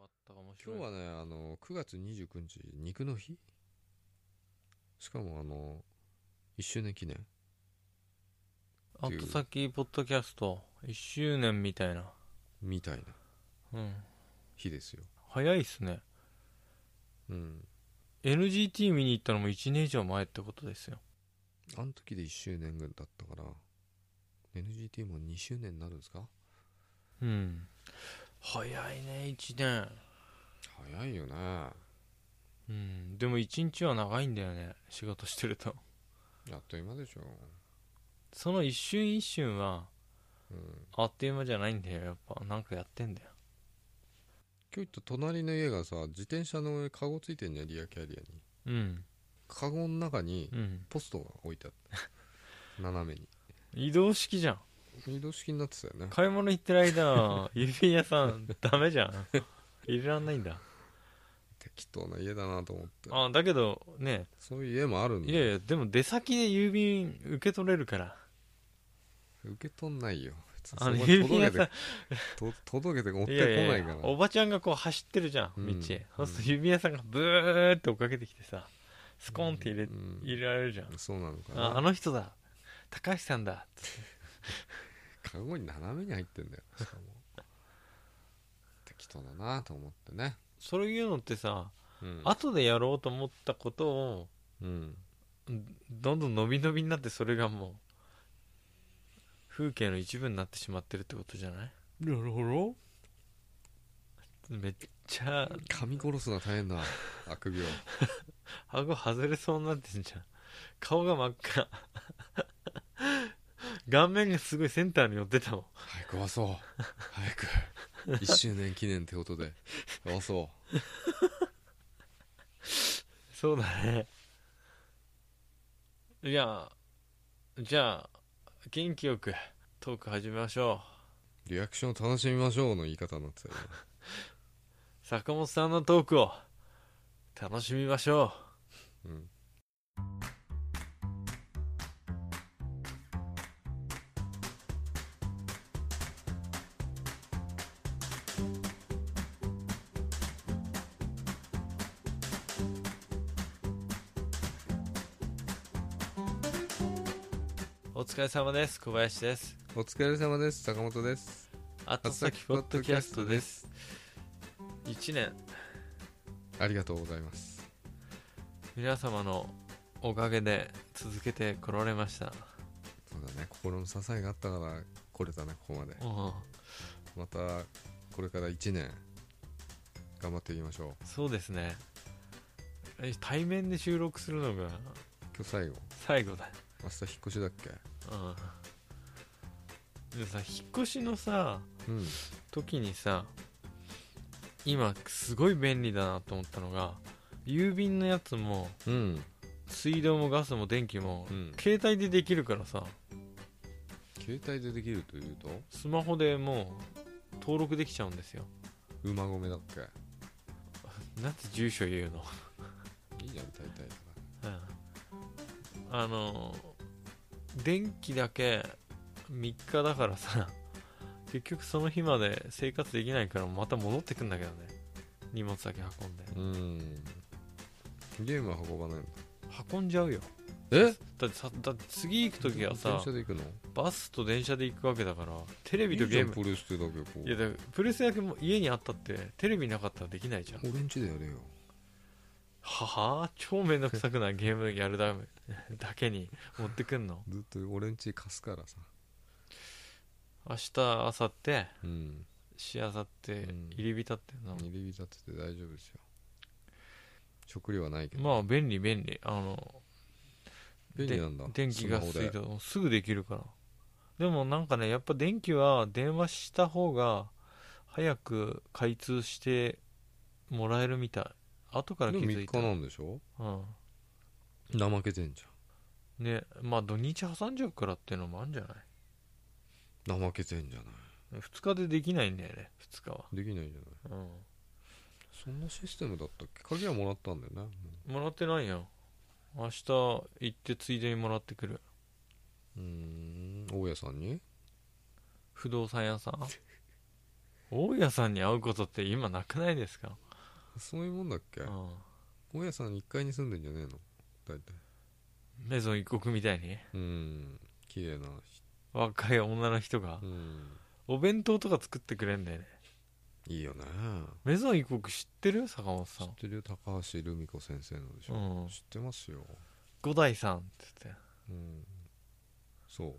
面白今い日はねあの9月29日肉の日しかもあの1周年記念あと先ポッドキャスト1周年みたいなみたいなうん日ですよ早いっすねうん NGT 見に行ったのも1年以上前ってことですよあの時で1周年ぐらいだったから NGT も2周年になるんですかうん早いね1年早いよねうんでも1日は長いんだよね仕事してるとあっという間でしょその一瞬一瞬はうんあっという間じゃないんだよやっぱなんかやってんだよ今日行った隣の家がさ自転車の上カゴついてんじゃんリアキャリアにうんカゴの中にうんポストが置いてあった 斜めに移動式じゃん移動式になってたよね買い物行ってる 間指屋さんダメじゃ ん入れらんないん だ適当な家だなと思ってあだけどねそういう家もあるんだいやいやでも出先で郵便受け取れるから受け取んないよ別にあのそこに郵便屋届けさてと届けて持っていこやいなやいいからやおばちゃんがこう走ってるじゃんう道、んそうすると指屋さんがブーって追っかけてきてさスコンって入れ,、うん入れられるじゃんそうなのかあなあの人だ高橋さんだカゴに斜めに入ってんだよしかも適当だなと思ってね、そういうのってさ、うん、後でやろうと思ったことをうんんどんどん伸び伸びになってそれがもう風景の一部になってしまってるってことじゃないなるほどめっちゃ噛み殺すのは大変だ悪病顎外れそうになってんじゃん顔が真っ赤 顔面がすごいセンターに寄ってたもん早く壊そう早く1周年記念ってことで壊そそうだねいやじゃあ元気よくトーク始めましょうリアクションを楽しみましょうの言い方になってたよねう坂本さんのトークを楽しみましょうんうお疲れ様です小林ですお疲れ様です坂本です後先ポッドキャストです1年ありがとうございます皆様のおかげで続けてこられましたそうだね心の支えがあったから来れたねここまでうんまたこれから1年頑張っていきましょうそうですねえ対面で収録するのが今日最後最後だ明日引っ越しだっけうんでもさ引っ越しのさうん時にさ今すごい便利だなと思ったのが郵便のやつもうん水道もガスも電気も、うん携帯でできるからさ携帯でできるというとスマホでもう登録できちゃうんですよ馬込だっなんて住所言うの、けいいじゃん大体だうんあの電気だけ3日だからさ 結局その日まで生活できないからまた戻ってくんだけどね荷物だけ運んでなうんゲームは運ばないの運んじゃうよえだってさだって次行く時はさ電車で行くのバスと電車で行くわけだからテレビといいじゲゃーんムプレステだけこいやうだからプレスだけも家にあったってテレビなかったらできないじゃん俺んちでやれよはは超めんどくさくないゲームやるだ だけに持ってくんのずっと俺んち貸すからさ明日明後日うんしあさってうん入り浸ってんの、入り浸ってて大丈夫ですよ食料はないけどまあ便利便利あの便利なんだで電気がスマホ水で道もすぐできるからでもなんかねやっぱ電気は電話した方が早く開通してもらえるみたい後からで気もづ3いた日なんでしょうん怠けてんじねまあ土日挟んじゃうからっていうのもあるんじゃないゃん怠けてんじゃない2日でできないんだよね2日はできないじゃないうんそんなシステムだったっけ鍵はもらったんだよねももらってないよ明日行ってついでにもらってくるううーん大家さんに不動産屋さん大家さんに会うことって今なくないですかそういうもんだっけうん大家さん1階に住んでんじゃねえの大体メゾン一国みたいにうん綺麗な人若い女の人がうんお弁当とか作ってくれんだよねいいよねメゾン一国知ってる坂本知さっんてるよ高橋留美子先生のでしうょ、ん知ってますよ五代さんって言ってうんそう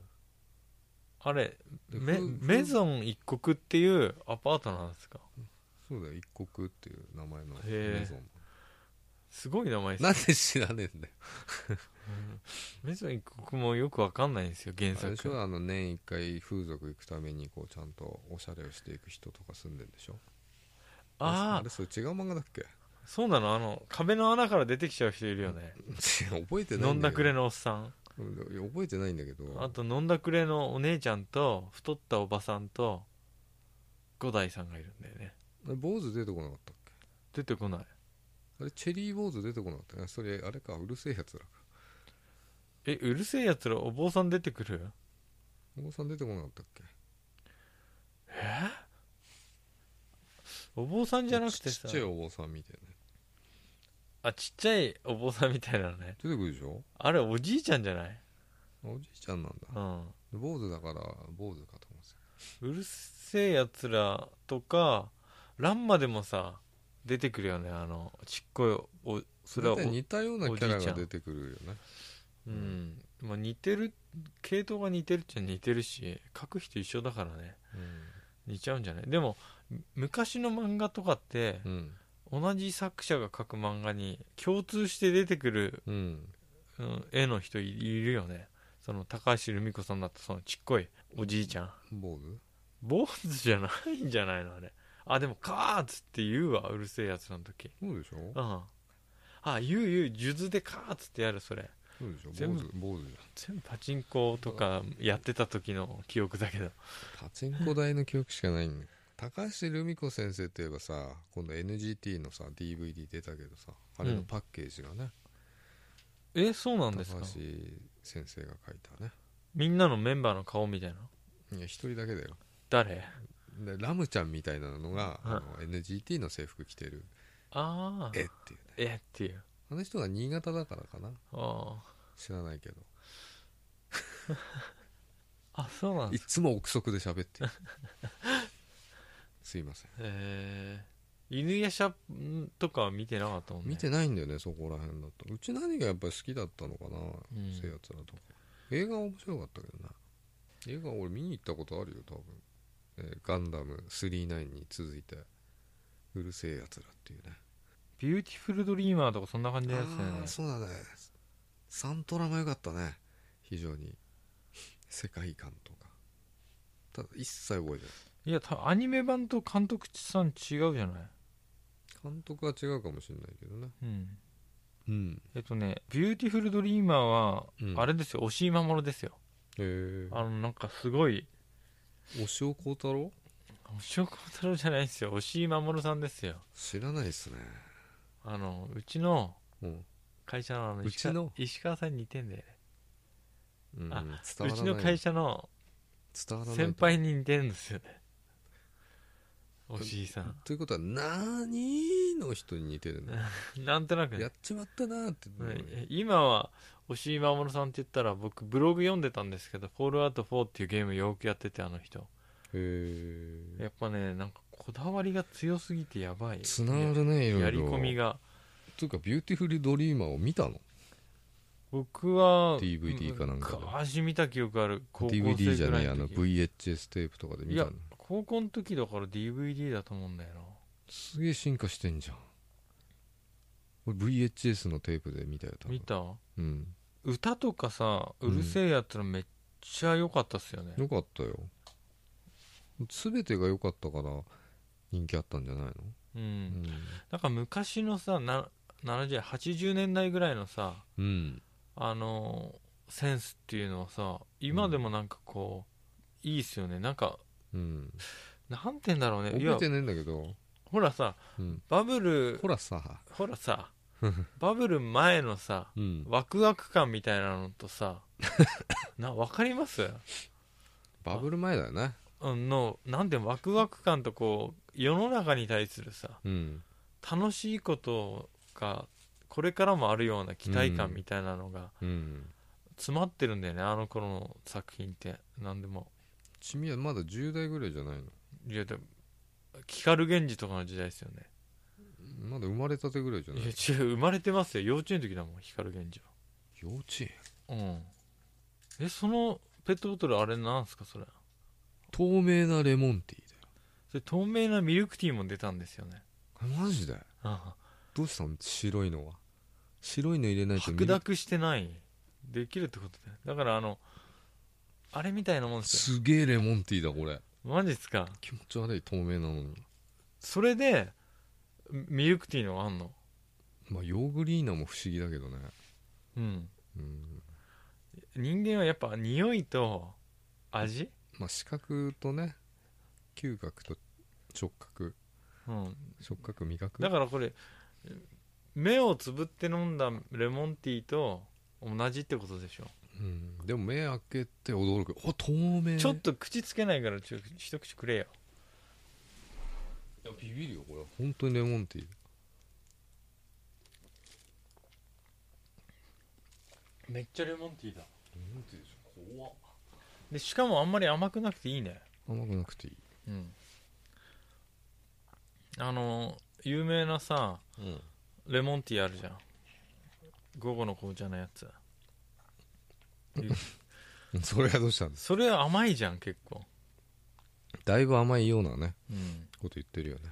あれでメふうメゾン一国っていうアパートなんですかそうだよ一国っていう名前のへえメゾンすごい名前ですなんで知らねえんだようんメゾン一国もよくわかんないんですよ原あれでし作ょあの年1回風俗行くためにこうちゃんとおしゃれをしていく人とか住んでんでしょあああれそれ違う漫画だっけ そうなのあの壁の穴から出てきちゃう人いるよね覚えてない飲んだくれののおっさん覚えてないんだけどあと飲んだくれのお姉ちゃんと太ったおばさんと五代さんがいるんだよね坊主出てこなかったっけ出てこないあれチェリー坊主出てこなかったねそれあれかうるせえやつらえうるせえやつらお坊さん出てくるお坊さん出てこなかったっけお坊さんじゃなくてちさちっちゃいお坊さんみたいなあちっちゃいお坊さんみたいなのね出てくるでしょあれおじいちゃんじゃないおじいちゃんなんだうん坊主だから坊主かと思ってたうるせえやつらとかランマでもさ出てくるよねあのちっこいおそそれれはおで似たようなキャラおじいちゃがん出てくるよねうんまあ、似てる系統が似てるっちゃ似てるし書く人一緒だからね似ちゃうんじゃないでもむ昔の漫画とかってう、ん同じ作者が書く漫画に共通して出てくる、うん、うん、うん絵の人いいるよねその高橋留美子さんだとそのちっこいおじいちゃん坊主坊主じゃないんじゃないのあれあでも「カーツ」って言うわうるせえやつの時そうでしょうんあ言う言う数珠で「カーツ」ってやるそれそうでしょ全坊部主坊主じゃん全部パチンコとかやってた時の記憶だけどパチンコ台の記憶しかないんだ高橋留美子先生といえばさ今度 NGT のさ DVD 出たけどさあれのパッケージがね、えそうなん高ですか橋先生が書いたねみんなのメンバーの顔みたいないや一人だけだよ誰でラムちゃんみたいなのが、うんあの NGT の制服着てるああ絵っていうねえっていうあの人が新潟だからかなあ知らないけどああそうなんいですつも憶測で喋ってる すいませんえー、犬夜叉とかは見てなかったもんね見てないんだよねそこら辺だとうち何がやっぱり好きだったのかな、うんせやつらとか映画は面白かったけどな映画俺見に行ったことあるよ多分、えーガンダム39」に続いて「うるせえやつら」っていうねビューティフルドリーマーとかそんな感じのやつだよあねあそうだねサントラも良かったね非常に世界観とかただ一切覚えてないいやたアニメ版と監督さん違うじゃない監督は違うかもしれないけどねうんうんえっとね「ビューティフルドリーマーは」うんあれですよ押井守ですよへえあのなんかすごい押尾幸太郎押尾幸太郎じゃないですよ押井守さんですよ知らないっすねあのうちのうん会社のあのう石ち川の石川さんに似てんだよねうん、あ伝うわらちないの会社の伝わらない先輩に似てるんですよね押井さんということは「なーに?」の人に似てるんだ なんとなくやねっちまったなーって、うん今は押井守さんって言ったら僕ブログ読んでたんですけど「フォールアウト4」っていうゲームよくやっててあの人へやえっぱねなんかこだわりが強すぎてやばいつながるねいろいろやり込みがというか「ビューティフルドリーマー」を見たの僕は DVD かなんかで昔見た記憶ある高校生 DVD じゃぐらないいのあの時 VHS テープとかで見いたやの高校の時だから DVD だと思うんだよなすげえ進化してんじゃん俺 VHS のテープで見たよ多分見たうん歌とかさ「ううんるせえやつら」めっちゃ良かったっすよね、よかったよ全てが良かったから人気あったんじゃないのうんうん、なんか昔のさな70 80年代ぐらいのさ、うん、あのセンスっていうのはさ今でもなんかこう、いいっすよねなんかうん、なんて言うんだろうねい覚やえてないんだけど、ほらさうん、バブルほらさ、ほらさ バブル前のさワクワク感みたいなのと さなわかりますバブル前だよねうんのなんでワクワク感とこう世の中に対するさうん楽しいことがこれからもあるような期待う感んみたいなのがうん詰まってるんだよね、あの頃の作品って何でもチミはまだ10代ぐらいじゃないのいやでも光源氏とかの時代ですよねまだ生まれたてぐらいじゃないいや違う生まれてますよ幼稚園の時だもん光源氏幼稚園はうんえそのペットボトルあれなんすかそれ透明なレモンティーそれ透明なミルクティーも出たんですよねだよマジであどうしたの白いのは白いの入れなあいと白濁してないできるってことだよだからあのあれみたいなもんですよすげえレモンティーだこれマジっすか気持ち悪い透明なのにそれでミルクティーのがあんのまあヨーグリーナも不思議だけどねうんうん人間はやっぱ匂いと味まあ視覚とね嗅覚と触覚うん触覚味覚だからこれ目をつぶって飲んだレモンティーと同じってことでしょ、うん、でも目開けて驚くお透明ちょっと口つけないからちょ一口くれよいやビビるよこれ本当にレモンティーめっちゃレモンティーだレモンティーでしょ怖でしかもあんまり甘くなくていいね甘くなくていいうんあの有名なさうんレモンティーあるじゃん午後の紅茶のやつそれがどうしたんですそれ甘いじゃん結構だいぶ甘いようなねうんこと言ってるよね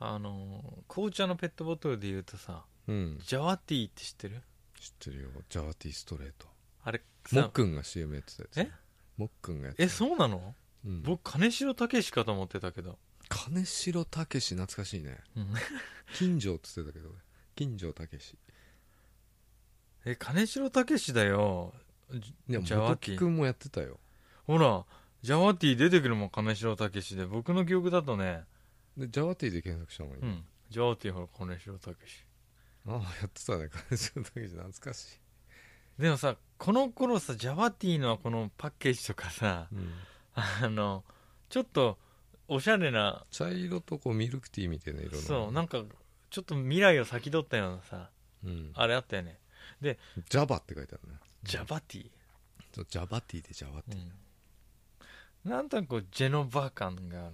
あの紅茶のペットボトルで言うとさうんジャワティーって知ってる知ってるよジャワティーストレートあれさもっくんが CM やってたやつえもっくんがやってえたそうなのうん僕金城武しかと思ってたけど、金城武懐かしいね金城って言ってたけど俺金城武え金城武だよじでもジャワ元テ木ィ君もやってたよほらジャワティー出てくるもん金城武で僕の記憶だとねでジャワティーで検索したのうにんジャワティーほら金城武ああやってたね金城武懐かしいでもさこの頃さジャワティーのこのパッケージとかさうんあのちょっとおしゃれな茶色とこうミルクティーみたいな色のそうなんかちょっと未来を先取ったようなさうん、あれあったよねジャバって書いてあるねジャバティーそうジャバティーでジャワティー、うん、なんとなくこうジェノバ感があるんだよ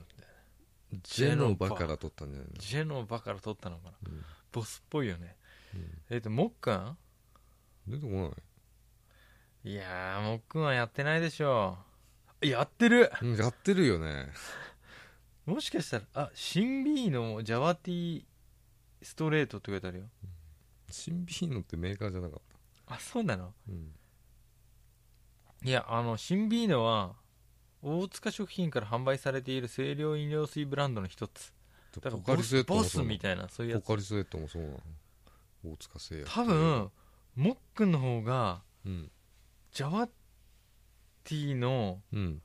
ジェノバから取ったんじゃないの、ジェノバから取ったのかなうんボスっぽいよねうんえっ、とモックン出てこないいやーモックンはやってないでしょやってるうんやってるよねもしかしたらあシンビーのジャワティーストレートって書いてあるよシンビーノってメーカーじゃなかった、あそうなのうん、いやあのシンビーノは大塚食品から販売されている清涼飲料水ブランドの一つだからポカリスエットボもスそうボスなみたいなそういうのやつポカリスエットもそうなの大塚製薬多分モックンの方がうんジャワティーのうん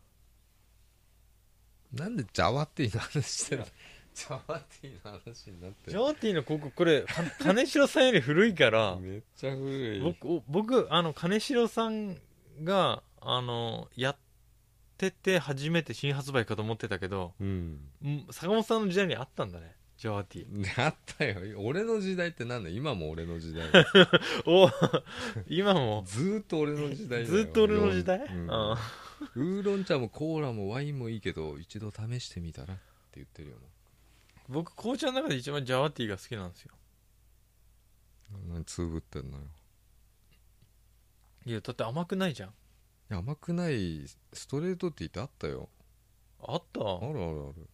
なんでジャワティーの話してるのジャワティーの話になってジるャワティーの広告これか金城さんより古いからめっちゃ古い僕お僕あの金城さんがあのやってて初めて新発売かと思ってたけどうんん坂本さんの時代にあったんだねジャワティーあったよ俺の時代ってなんだよ今も俺 の時代だよお今もずーっと俺の時代だよずっと俺の時代、うんあウーロン茶もコーラもワインもいいけど一度試してみたらって言ってるよ僕紅茶の中で一番ジャワティーが好きなんですよもう何つぶってんのよいやだって甘くないじゃんいや甘くないストレートティーってあったよあったあるあ好る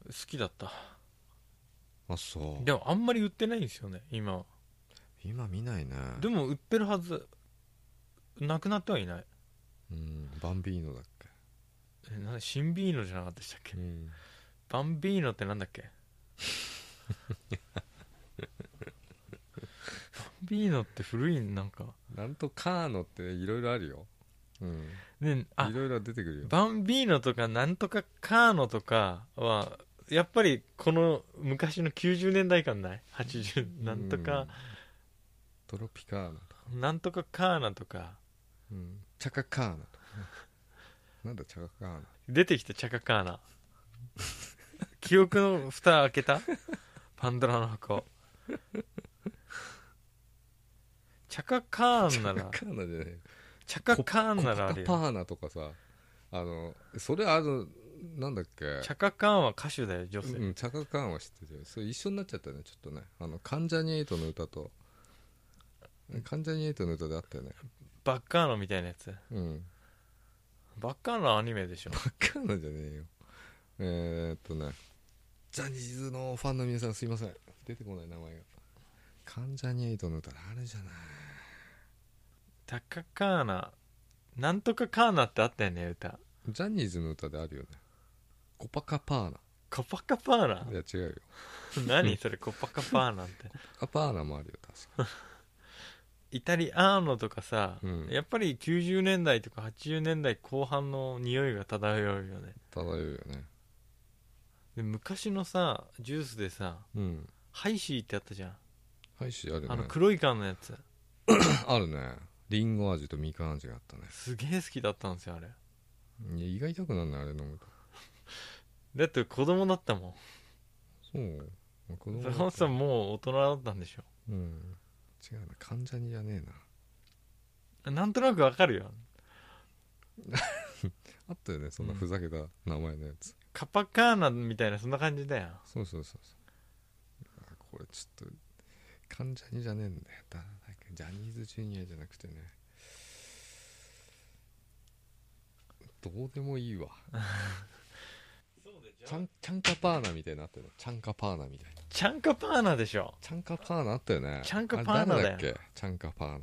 あるきだったあそうでもあんまり売ってないんですよね今は今見ないねでも売ってるはずなくなってはいないうんバンビーノだっえなんだシンビーノじゃなかったでしたっけけ、うん、バンビーノってなんだっけバンビーノって古いなんかなんとカーノっていろいろあるようんねあいろいろ出てくるよバンビーノとかなんとかカーノとかはやっぱりこの昔の90年代感ない80なんとうかん、トロピカーナとか、なんとかカーナとかうん、チャカカーナとか なんだチャカカーナ出てきたチャカカーナ記憶の蓋開けたパンドラの箱チャカカーンならカーナじゃないチャカカーンならあコるカよパーナとかさあのそれあのなんだっけチャカカーンは歌手だよ女性、うん、チャカカーンは知っててそれ一緒になっちゃったねちょっとねあの関ジャニエイトの歌と関ジャニエイトの歌であったよねバッカーノみたいなやつうんバッカーノアニメでしょバカなじゃねえよえー、っとねジャニーズのファンの皆さんすいません出てこない名前が関ジャニエイトの歌あるじゃないチャカカーナなんとかカーナってあったよね歌ジャニーズの歌であるよねコパカパーナコパカパーナいや違うよ何それコパカパーナってコパカパーナもあるよ確かイタリアーノとかさ、うんやっぱり90年代とか80年代後半の匂いが漂うよね漂うよねで昔のさジュースでさうんハイシーってあったじゃんハイシーあるあよのね黒い缶のやつあるねリンゴ味とみかん味があったねすげえ好きだったんですよあれいや胃が痛くなんないあれ飲むとだって子供だったもそう子ん供坂だった本さんもう大人だったんでしうん違うな関ジャニじゃねえなょなんとなくわかるよあったよねそんなふざけた名前のやつ、カパカーナみたいなそんな感じだよそうそうそうそうあこれちょっと関ジャニじゃねえんだよだだっけジャニーズジュニアじゃなくてねどうでもいいわチャンチャンカパーナみたいなのあったよねチャンカパーナみたいなチャンカパーナでしょチャンカパーナあったよねチャンカパーナだよあれ誰っけチャンカパーナ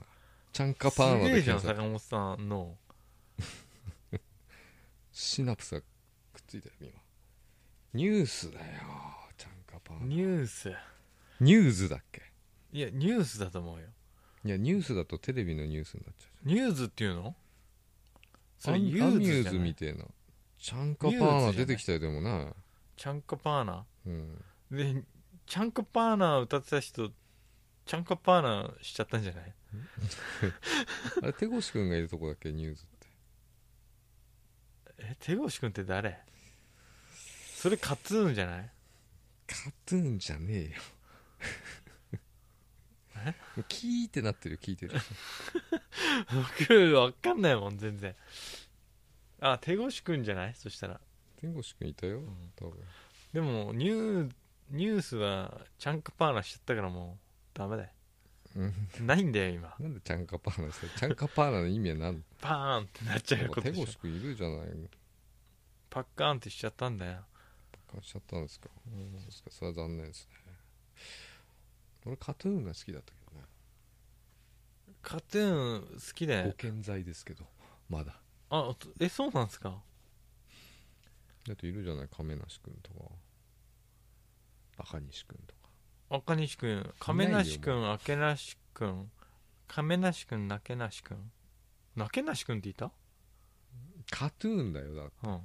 チャンカパーナすげえでじゃん検索坂本さんのシナプスがくっついてる今ニュースだよちゃんかパンニュースニューズだっけいやニュースだと思うよいやニュースだとテレビのニュースになっちゃうニューズっていうのじそゃんれアユーンアミズュじーゃズないみたいなちゃんかパーナ出てきたよでもなチャンカパーナうんでチャンカパーナ歌ってた人チャンカパーナしちゃったんじゃないあれ手越くんがいるとこだっけニューズってえ手越くんって誰それカツーンじゃないカトゥーンじゃねえよえ もうキーってなってる聞いてる僕わかんないもん全然あ手越くんじゃないそしたら天越くんいたよ多分でもニューニュースはチャンカパーナしちゃったからもうダメだようんないんだよ今なんでちゃんかパーナしてちゃんかパーナの意味は何パーンってなっちゃうこと手でしょ越くんいるじゃないパッカーンってしちゃったんだよ買っちゃったんですか、そうですかそれは残念ですね俺カトゥーンが好きだったけどねカトゥーン好きだよ健在ですけどまだあえそうなんですかだっているじゃない亀梨君とか赤西君とか赤西くん亀梨くん明梨くん亀梨くん泣けなしくん泣けなしくんっていたカトゥーンだよだうん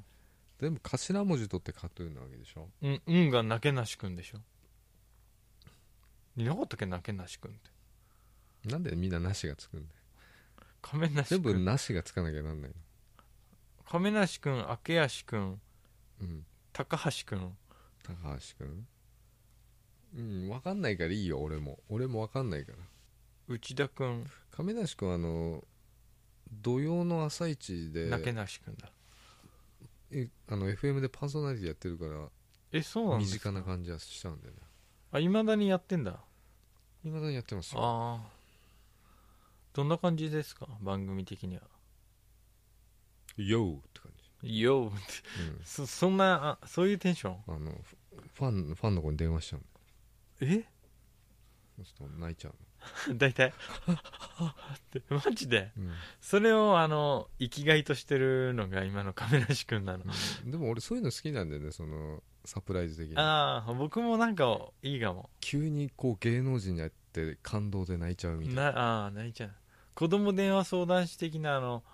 全部頭文字取ってカトゥーンなわけでしょうん、うんがなけなしくんでしょいなかったっけなけなしくんってなんでみんななしがつくんだよ亀梨全く部んなしがつかなきゃなんない亀梨くん明梨くんのうん高橋くん高橋君うん分かんないからいいよ俺も俺も分かんないから内田くん亀梨君あの土曜の朝一でなけなしくんだえあの FM でパーソナリティやってるからえそうなん身ですか近な感じはしちゃうんだよねあいまだにやってんだいまだにやってますよああどんな感じですか番組的には「YO!」って感「じ、よう」 そそんなあそういうテンションうん、あのフファンファンの子に電話しちゃうのえちょっと泣いちゃう大体ってマジでの、それをあの生きがいとしてるのが今の亀梨君なのうん、でも俺そういうの好きなんだよねそのサプライズ的にああ僕もなんかいいかも急にこう芸能人に会って感動で泣いちゃうみたいななああ泣いちゃう子供電話相談室的なあの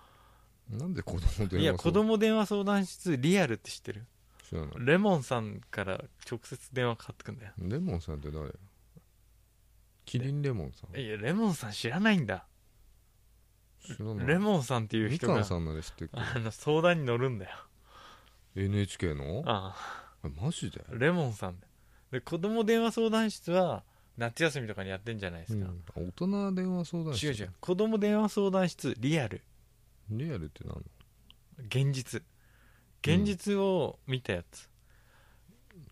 なんで子供電話いや子供電話相談室リアルって知ってる知らないレモンさんから直接電話かかってくんだよレモンさんって誰キリンレモンさんいやレモンさん知らないんだ知らないレモンさんっていうみ人かがんさんなら知ってるけどあの相談に乗るんだよ NHK のあああマジでレモンさんで子供電話相談室は夏休みとかにやってんじゃないでうすか、ん、あ大人電話相談室違う違う子供電話相談室リアルリアルってなんの現実現実を見たやつ、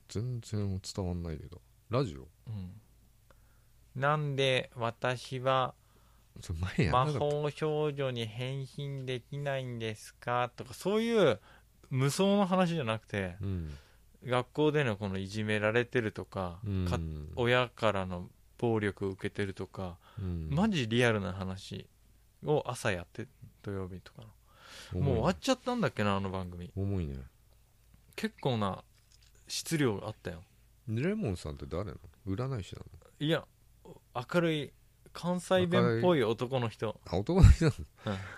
全然伝わんないけどラジオ うんなんで私はそれ前やんな魔かった法少女に変身できないんですかとかそういう無双の話じゃなくてうん学校でのこのいじめられてるとか,、うんか親からの暴力を受けてるとか、うんマジリアルな話を朝やって土曜日とかの重いもう終わっちゃったんだっけなあの番組重いね結構な質量あったよレモンさんって誰なの占い師ないや明るい関西弁っぽい男の人のあ男の人な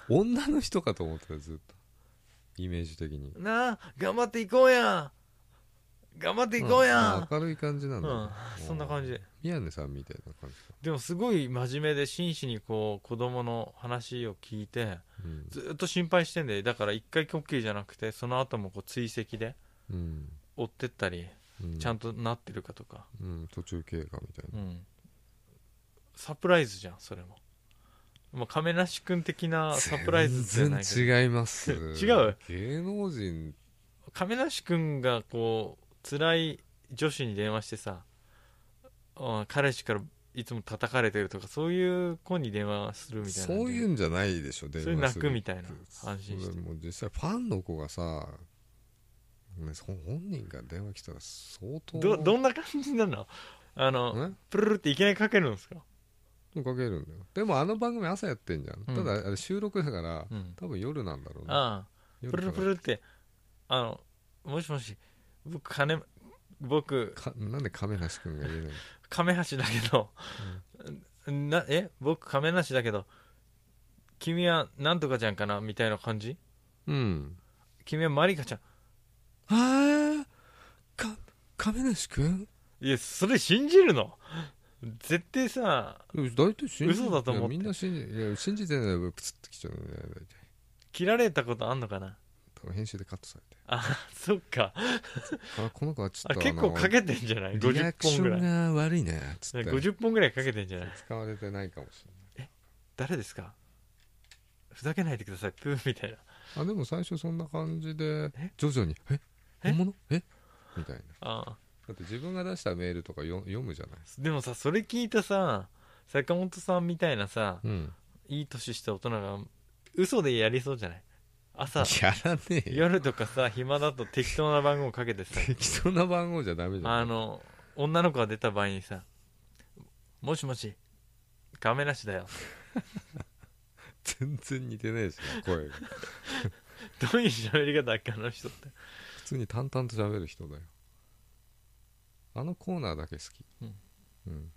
の、女の人かと思ってたずっとイメージ的になあ頑張っていこうや頑張っていこうや、ん明るい感じなんだね、うんそんな感じ宮根さんみたいな感じかでもすごい真面目で真摯にこう子供の話を聞いてうんずっと心配してんでだから一回呼吸じゃなくてその後もこう追跡でうん、追ってったりうん、ちゃんとなってるかとか、うん、途中経過みたいなうんサプライズじゃんそれも、まあ、亀梨君的なサプライズじゃないけ全ど然違います違う芸能人亀梨君がこう辛い女子に電話してさあ彼氏からいつも叩かれてるとかそういう子に電話するみたいなそういうんじゃないでしょ電そういう話泣すくるみたいな安心してそれもう実際ファンの子がさねそ本人が電話来たら相当どどんな感じなのあのねプルルっていきなりかけるんですか、もうかけるんだよでもあの番組朝やってんじゃん、うんただあれ収録だから、うん、多分夜なんだろうねああプ夜ルルプルルってあのもしもし僕金僕かかなんで亀梨君が言えないの亀橋だけど、なえ僕亀梨だけど君はなんとかちゃんかなみたいな感じうん君はマリカちゃんああか亀梨君いや、それ信じるの絶対さ、大体信じ嘘だと思っていやみんな信じいや信じてないのプツッときちゃうのね大体切られたことあんのかな 多分編集でカットされてあ、そっか。あこの子はちょあっと結構かてけてんじゃないリア ?50 クシ本ぐョらい。ンが悪いねつって50本ぐらいかけてんじゃない使われてないかもしれ誰ですかふざけないでください、プーみたいな。ないあでも最初そんな感じでえ徐々に「ええ本物えみたいなああだって自分が出したメールとかよ読むじゃないでもさ、それ聞いたさ、坂本さんみたいなさ、うんいい年した大人が、嘘でやりそうじゃない朝、やらねえよ夜とかさ、暇だと適当な番号かけてさ、適当な番号じゃダメじゃあんの女の子が出た場合にさ「もしもし亀梨だよ全然似てないしな声が」 どういう喋り方だっけあの人って普通に淡々と喋る人だよあのコーナーだけ好きうんうん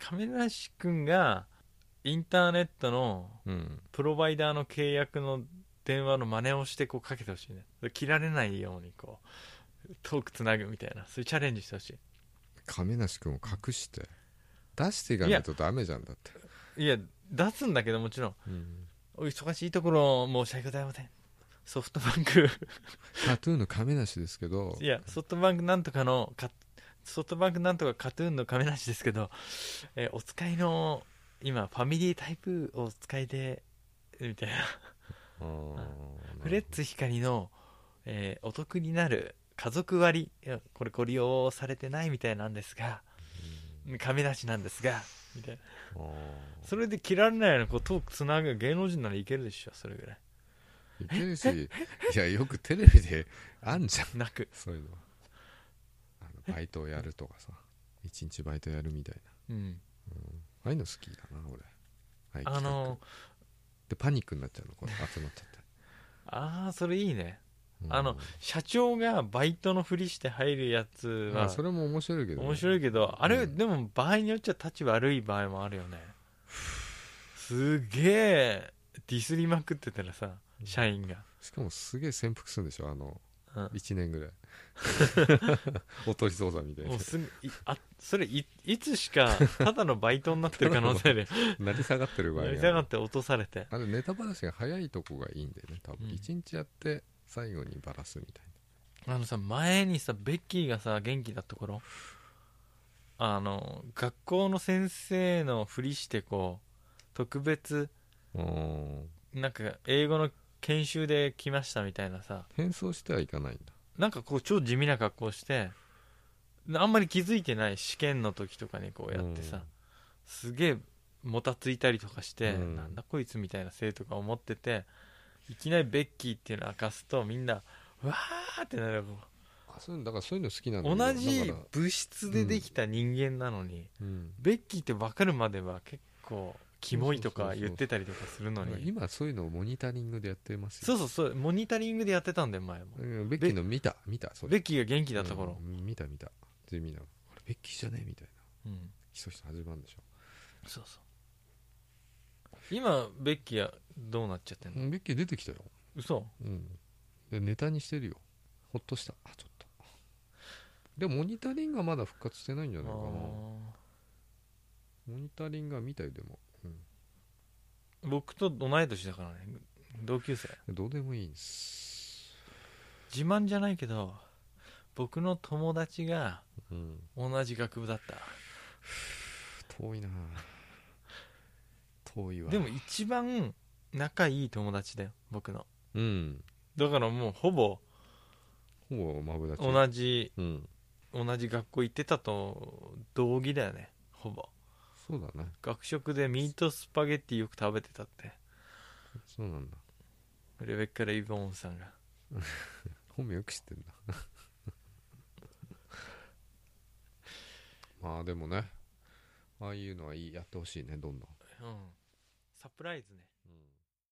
亀梨君がインターネットのうんプロバイダーの契約の電話の真似をしてこうかけてほしいね切られないようにこうトークつなぐみたいなそういうチャレンジしてほし亀梨君を隠して出していかないとダメじゃんだっていいや出すんだけどもちろんうんお忙しいところ申し訳ございませんソフトバンクタトゥーの亀梨ですけどいや、ソフトバンクなんとかのか、ソフトバンクなんとかカトゥーンの亀梨ですけど、えーお使いの、今、ファミリータイプをお使いで、みたいな、あーフレッツ光の、えーお得になる家族割、いやこれご利用されてないみたいなんですが、亀梨なんですが、みたいな。あそれで切られないようにこうトークつなぐ芸能人ならいけるでしょ、それぐらい。ーいけるしいやよくテレビであんじゃんなく。そういうのあのバイトをやるとかさ一日バイトやるみたいなうん。ああいうの好きだな俺ああいうあ企画の、でパニックになっちゃうのこれ集まっちゃって、ああ、それいいね。うんあの社長がバイトのふりして入るやつまあはそれも面白いけどね、面白いけどあれ、うんでも場合によっちゃ立ち悪い場合もあるよねすげえディスりまくってたらさ社員が、しかもすげえ潜伏するんでしょあのう1年ぐ らいおとり捜査みたいん、なもうすぐいあそれいいつしかただのバイトになってる可能性 で成り下がってる場合やがりあるたがって落とされてあれネタばらしが早いとこがいいんだよね多う分ん1日やって最後にばらすみたいなあのさ前にさベッキーがさ元気だった頃あの学校の先生のふりしてこう特別あーなんか英語の研修で来ましたみたいなさ変装してはいかないんだなんかこう超地味な格好してあんまり気づいてない試験の時とかにこうやってさ、うんすげえもたついたりとかして、うんなんだこいつみたいな生徒が思ってていきなりベッキーっていうのを明かすとみんなわーってなるあそういうのだからそういうの好きなんだけど同だじから物質でできた人間なのに、うんベッキーって分かるまでは結構キモいとか言ってたりとかするのに今そういうのをモニタリングでやってますよそうそうそうモニタリングでやってたんだよ前もうんベッキーの見た見たそベッッキーが元気だった頃、見た見た地味なのあれベッキーじゃねみたいなうんひそひそ始まるんでしょそうそう今ベッキーはどうなっちゃってんの、うんベッキー出てきたよ嘘うんでネタにしてるよほっとしたあちょっとでもモニタリングはまだ復活してないんじゃあないかなーモニタリングは見たよでも、うん僕と同い年だからね同級生どうでもいいんです自慢じゃないけど僕の友達がうん同じ学部だった遠いな遠いわでも一番仲いい友達だよ僕のうんだからもうほぼほぼマブダチ同じうん同じ学校行ってたと同義だよねほぼそうだね学食でミートスパゲッティよく食べてたってそうなんだレベッカ・レイボーンさんが本名よく知ってんだ まあでもねああいうのはいいやってほしいねどんどんうんサプライズね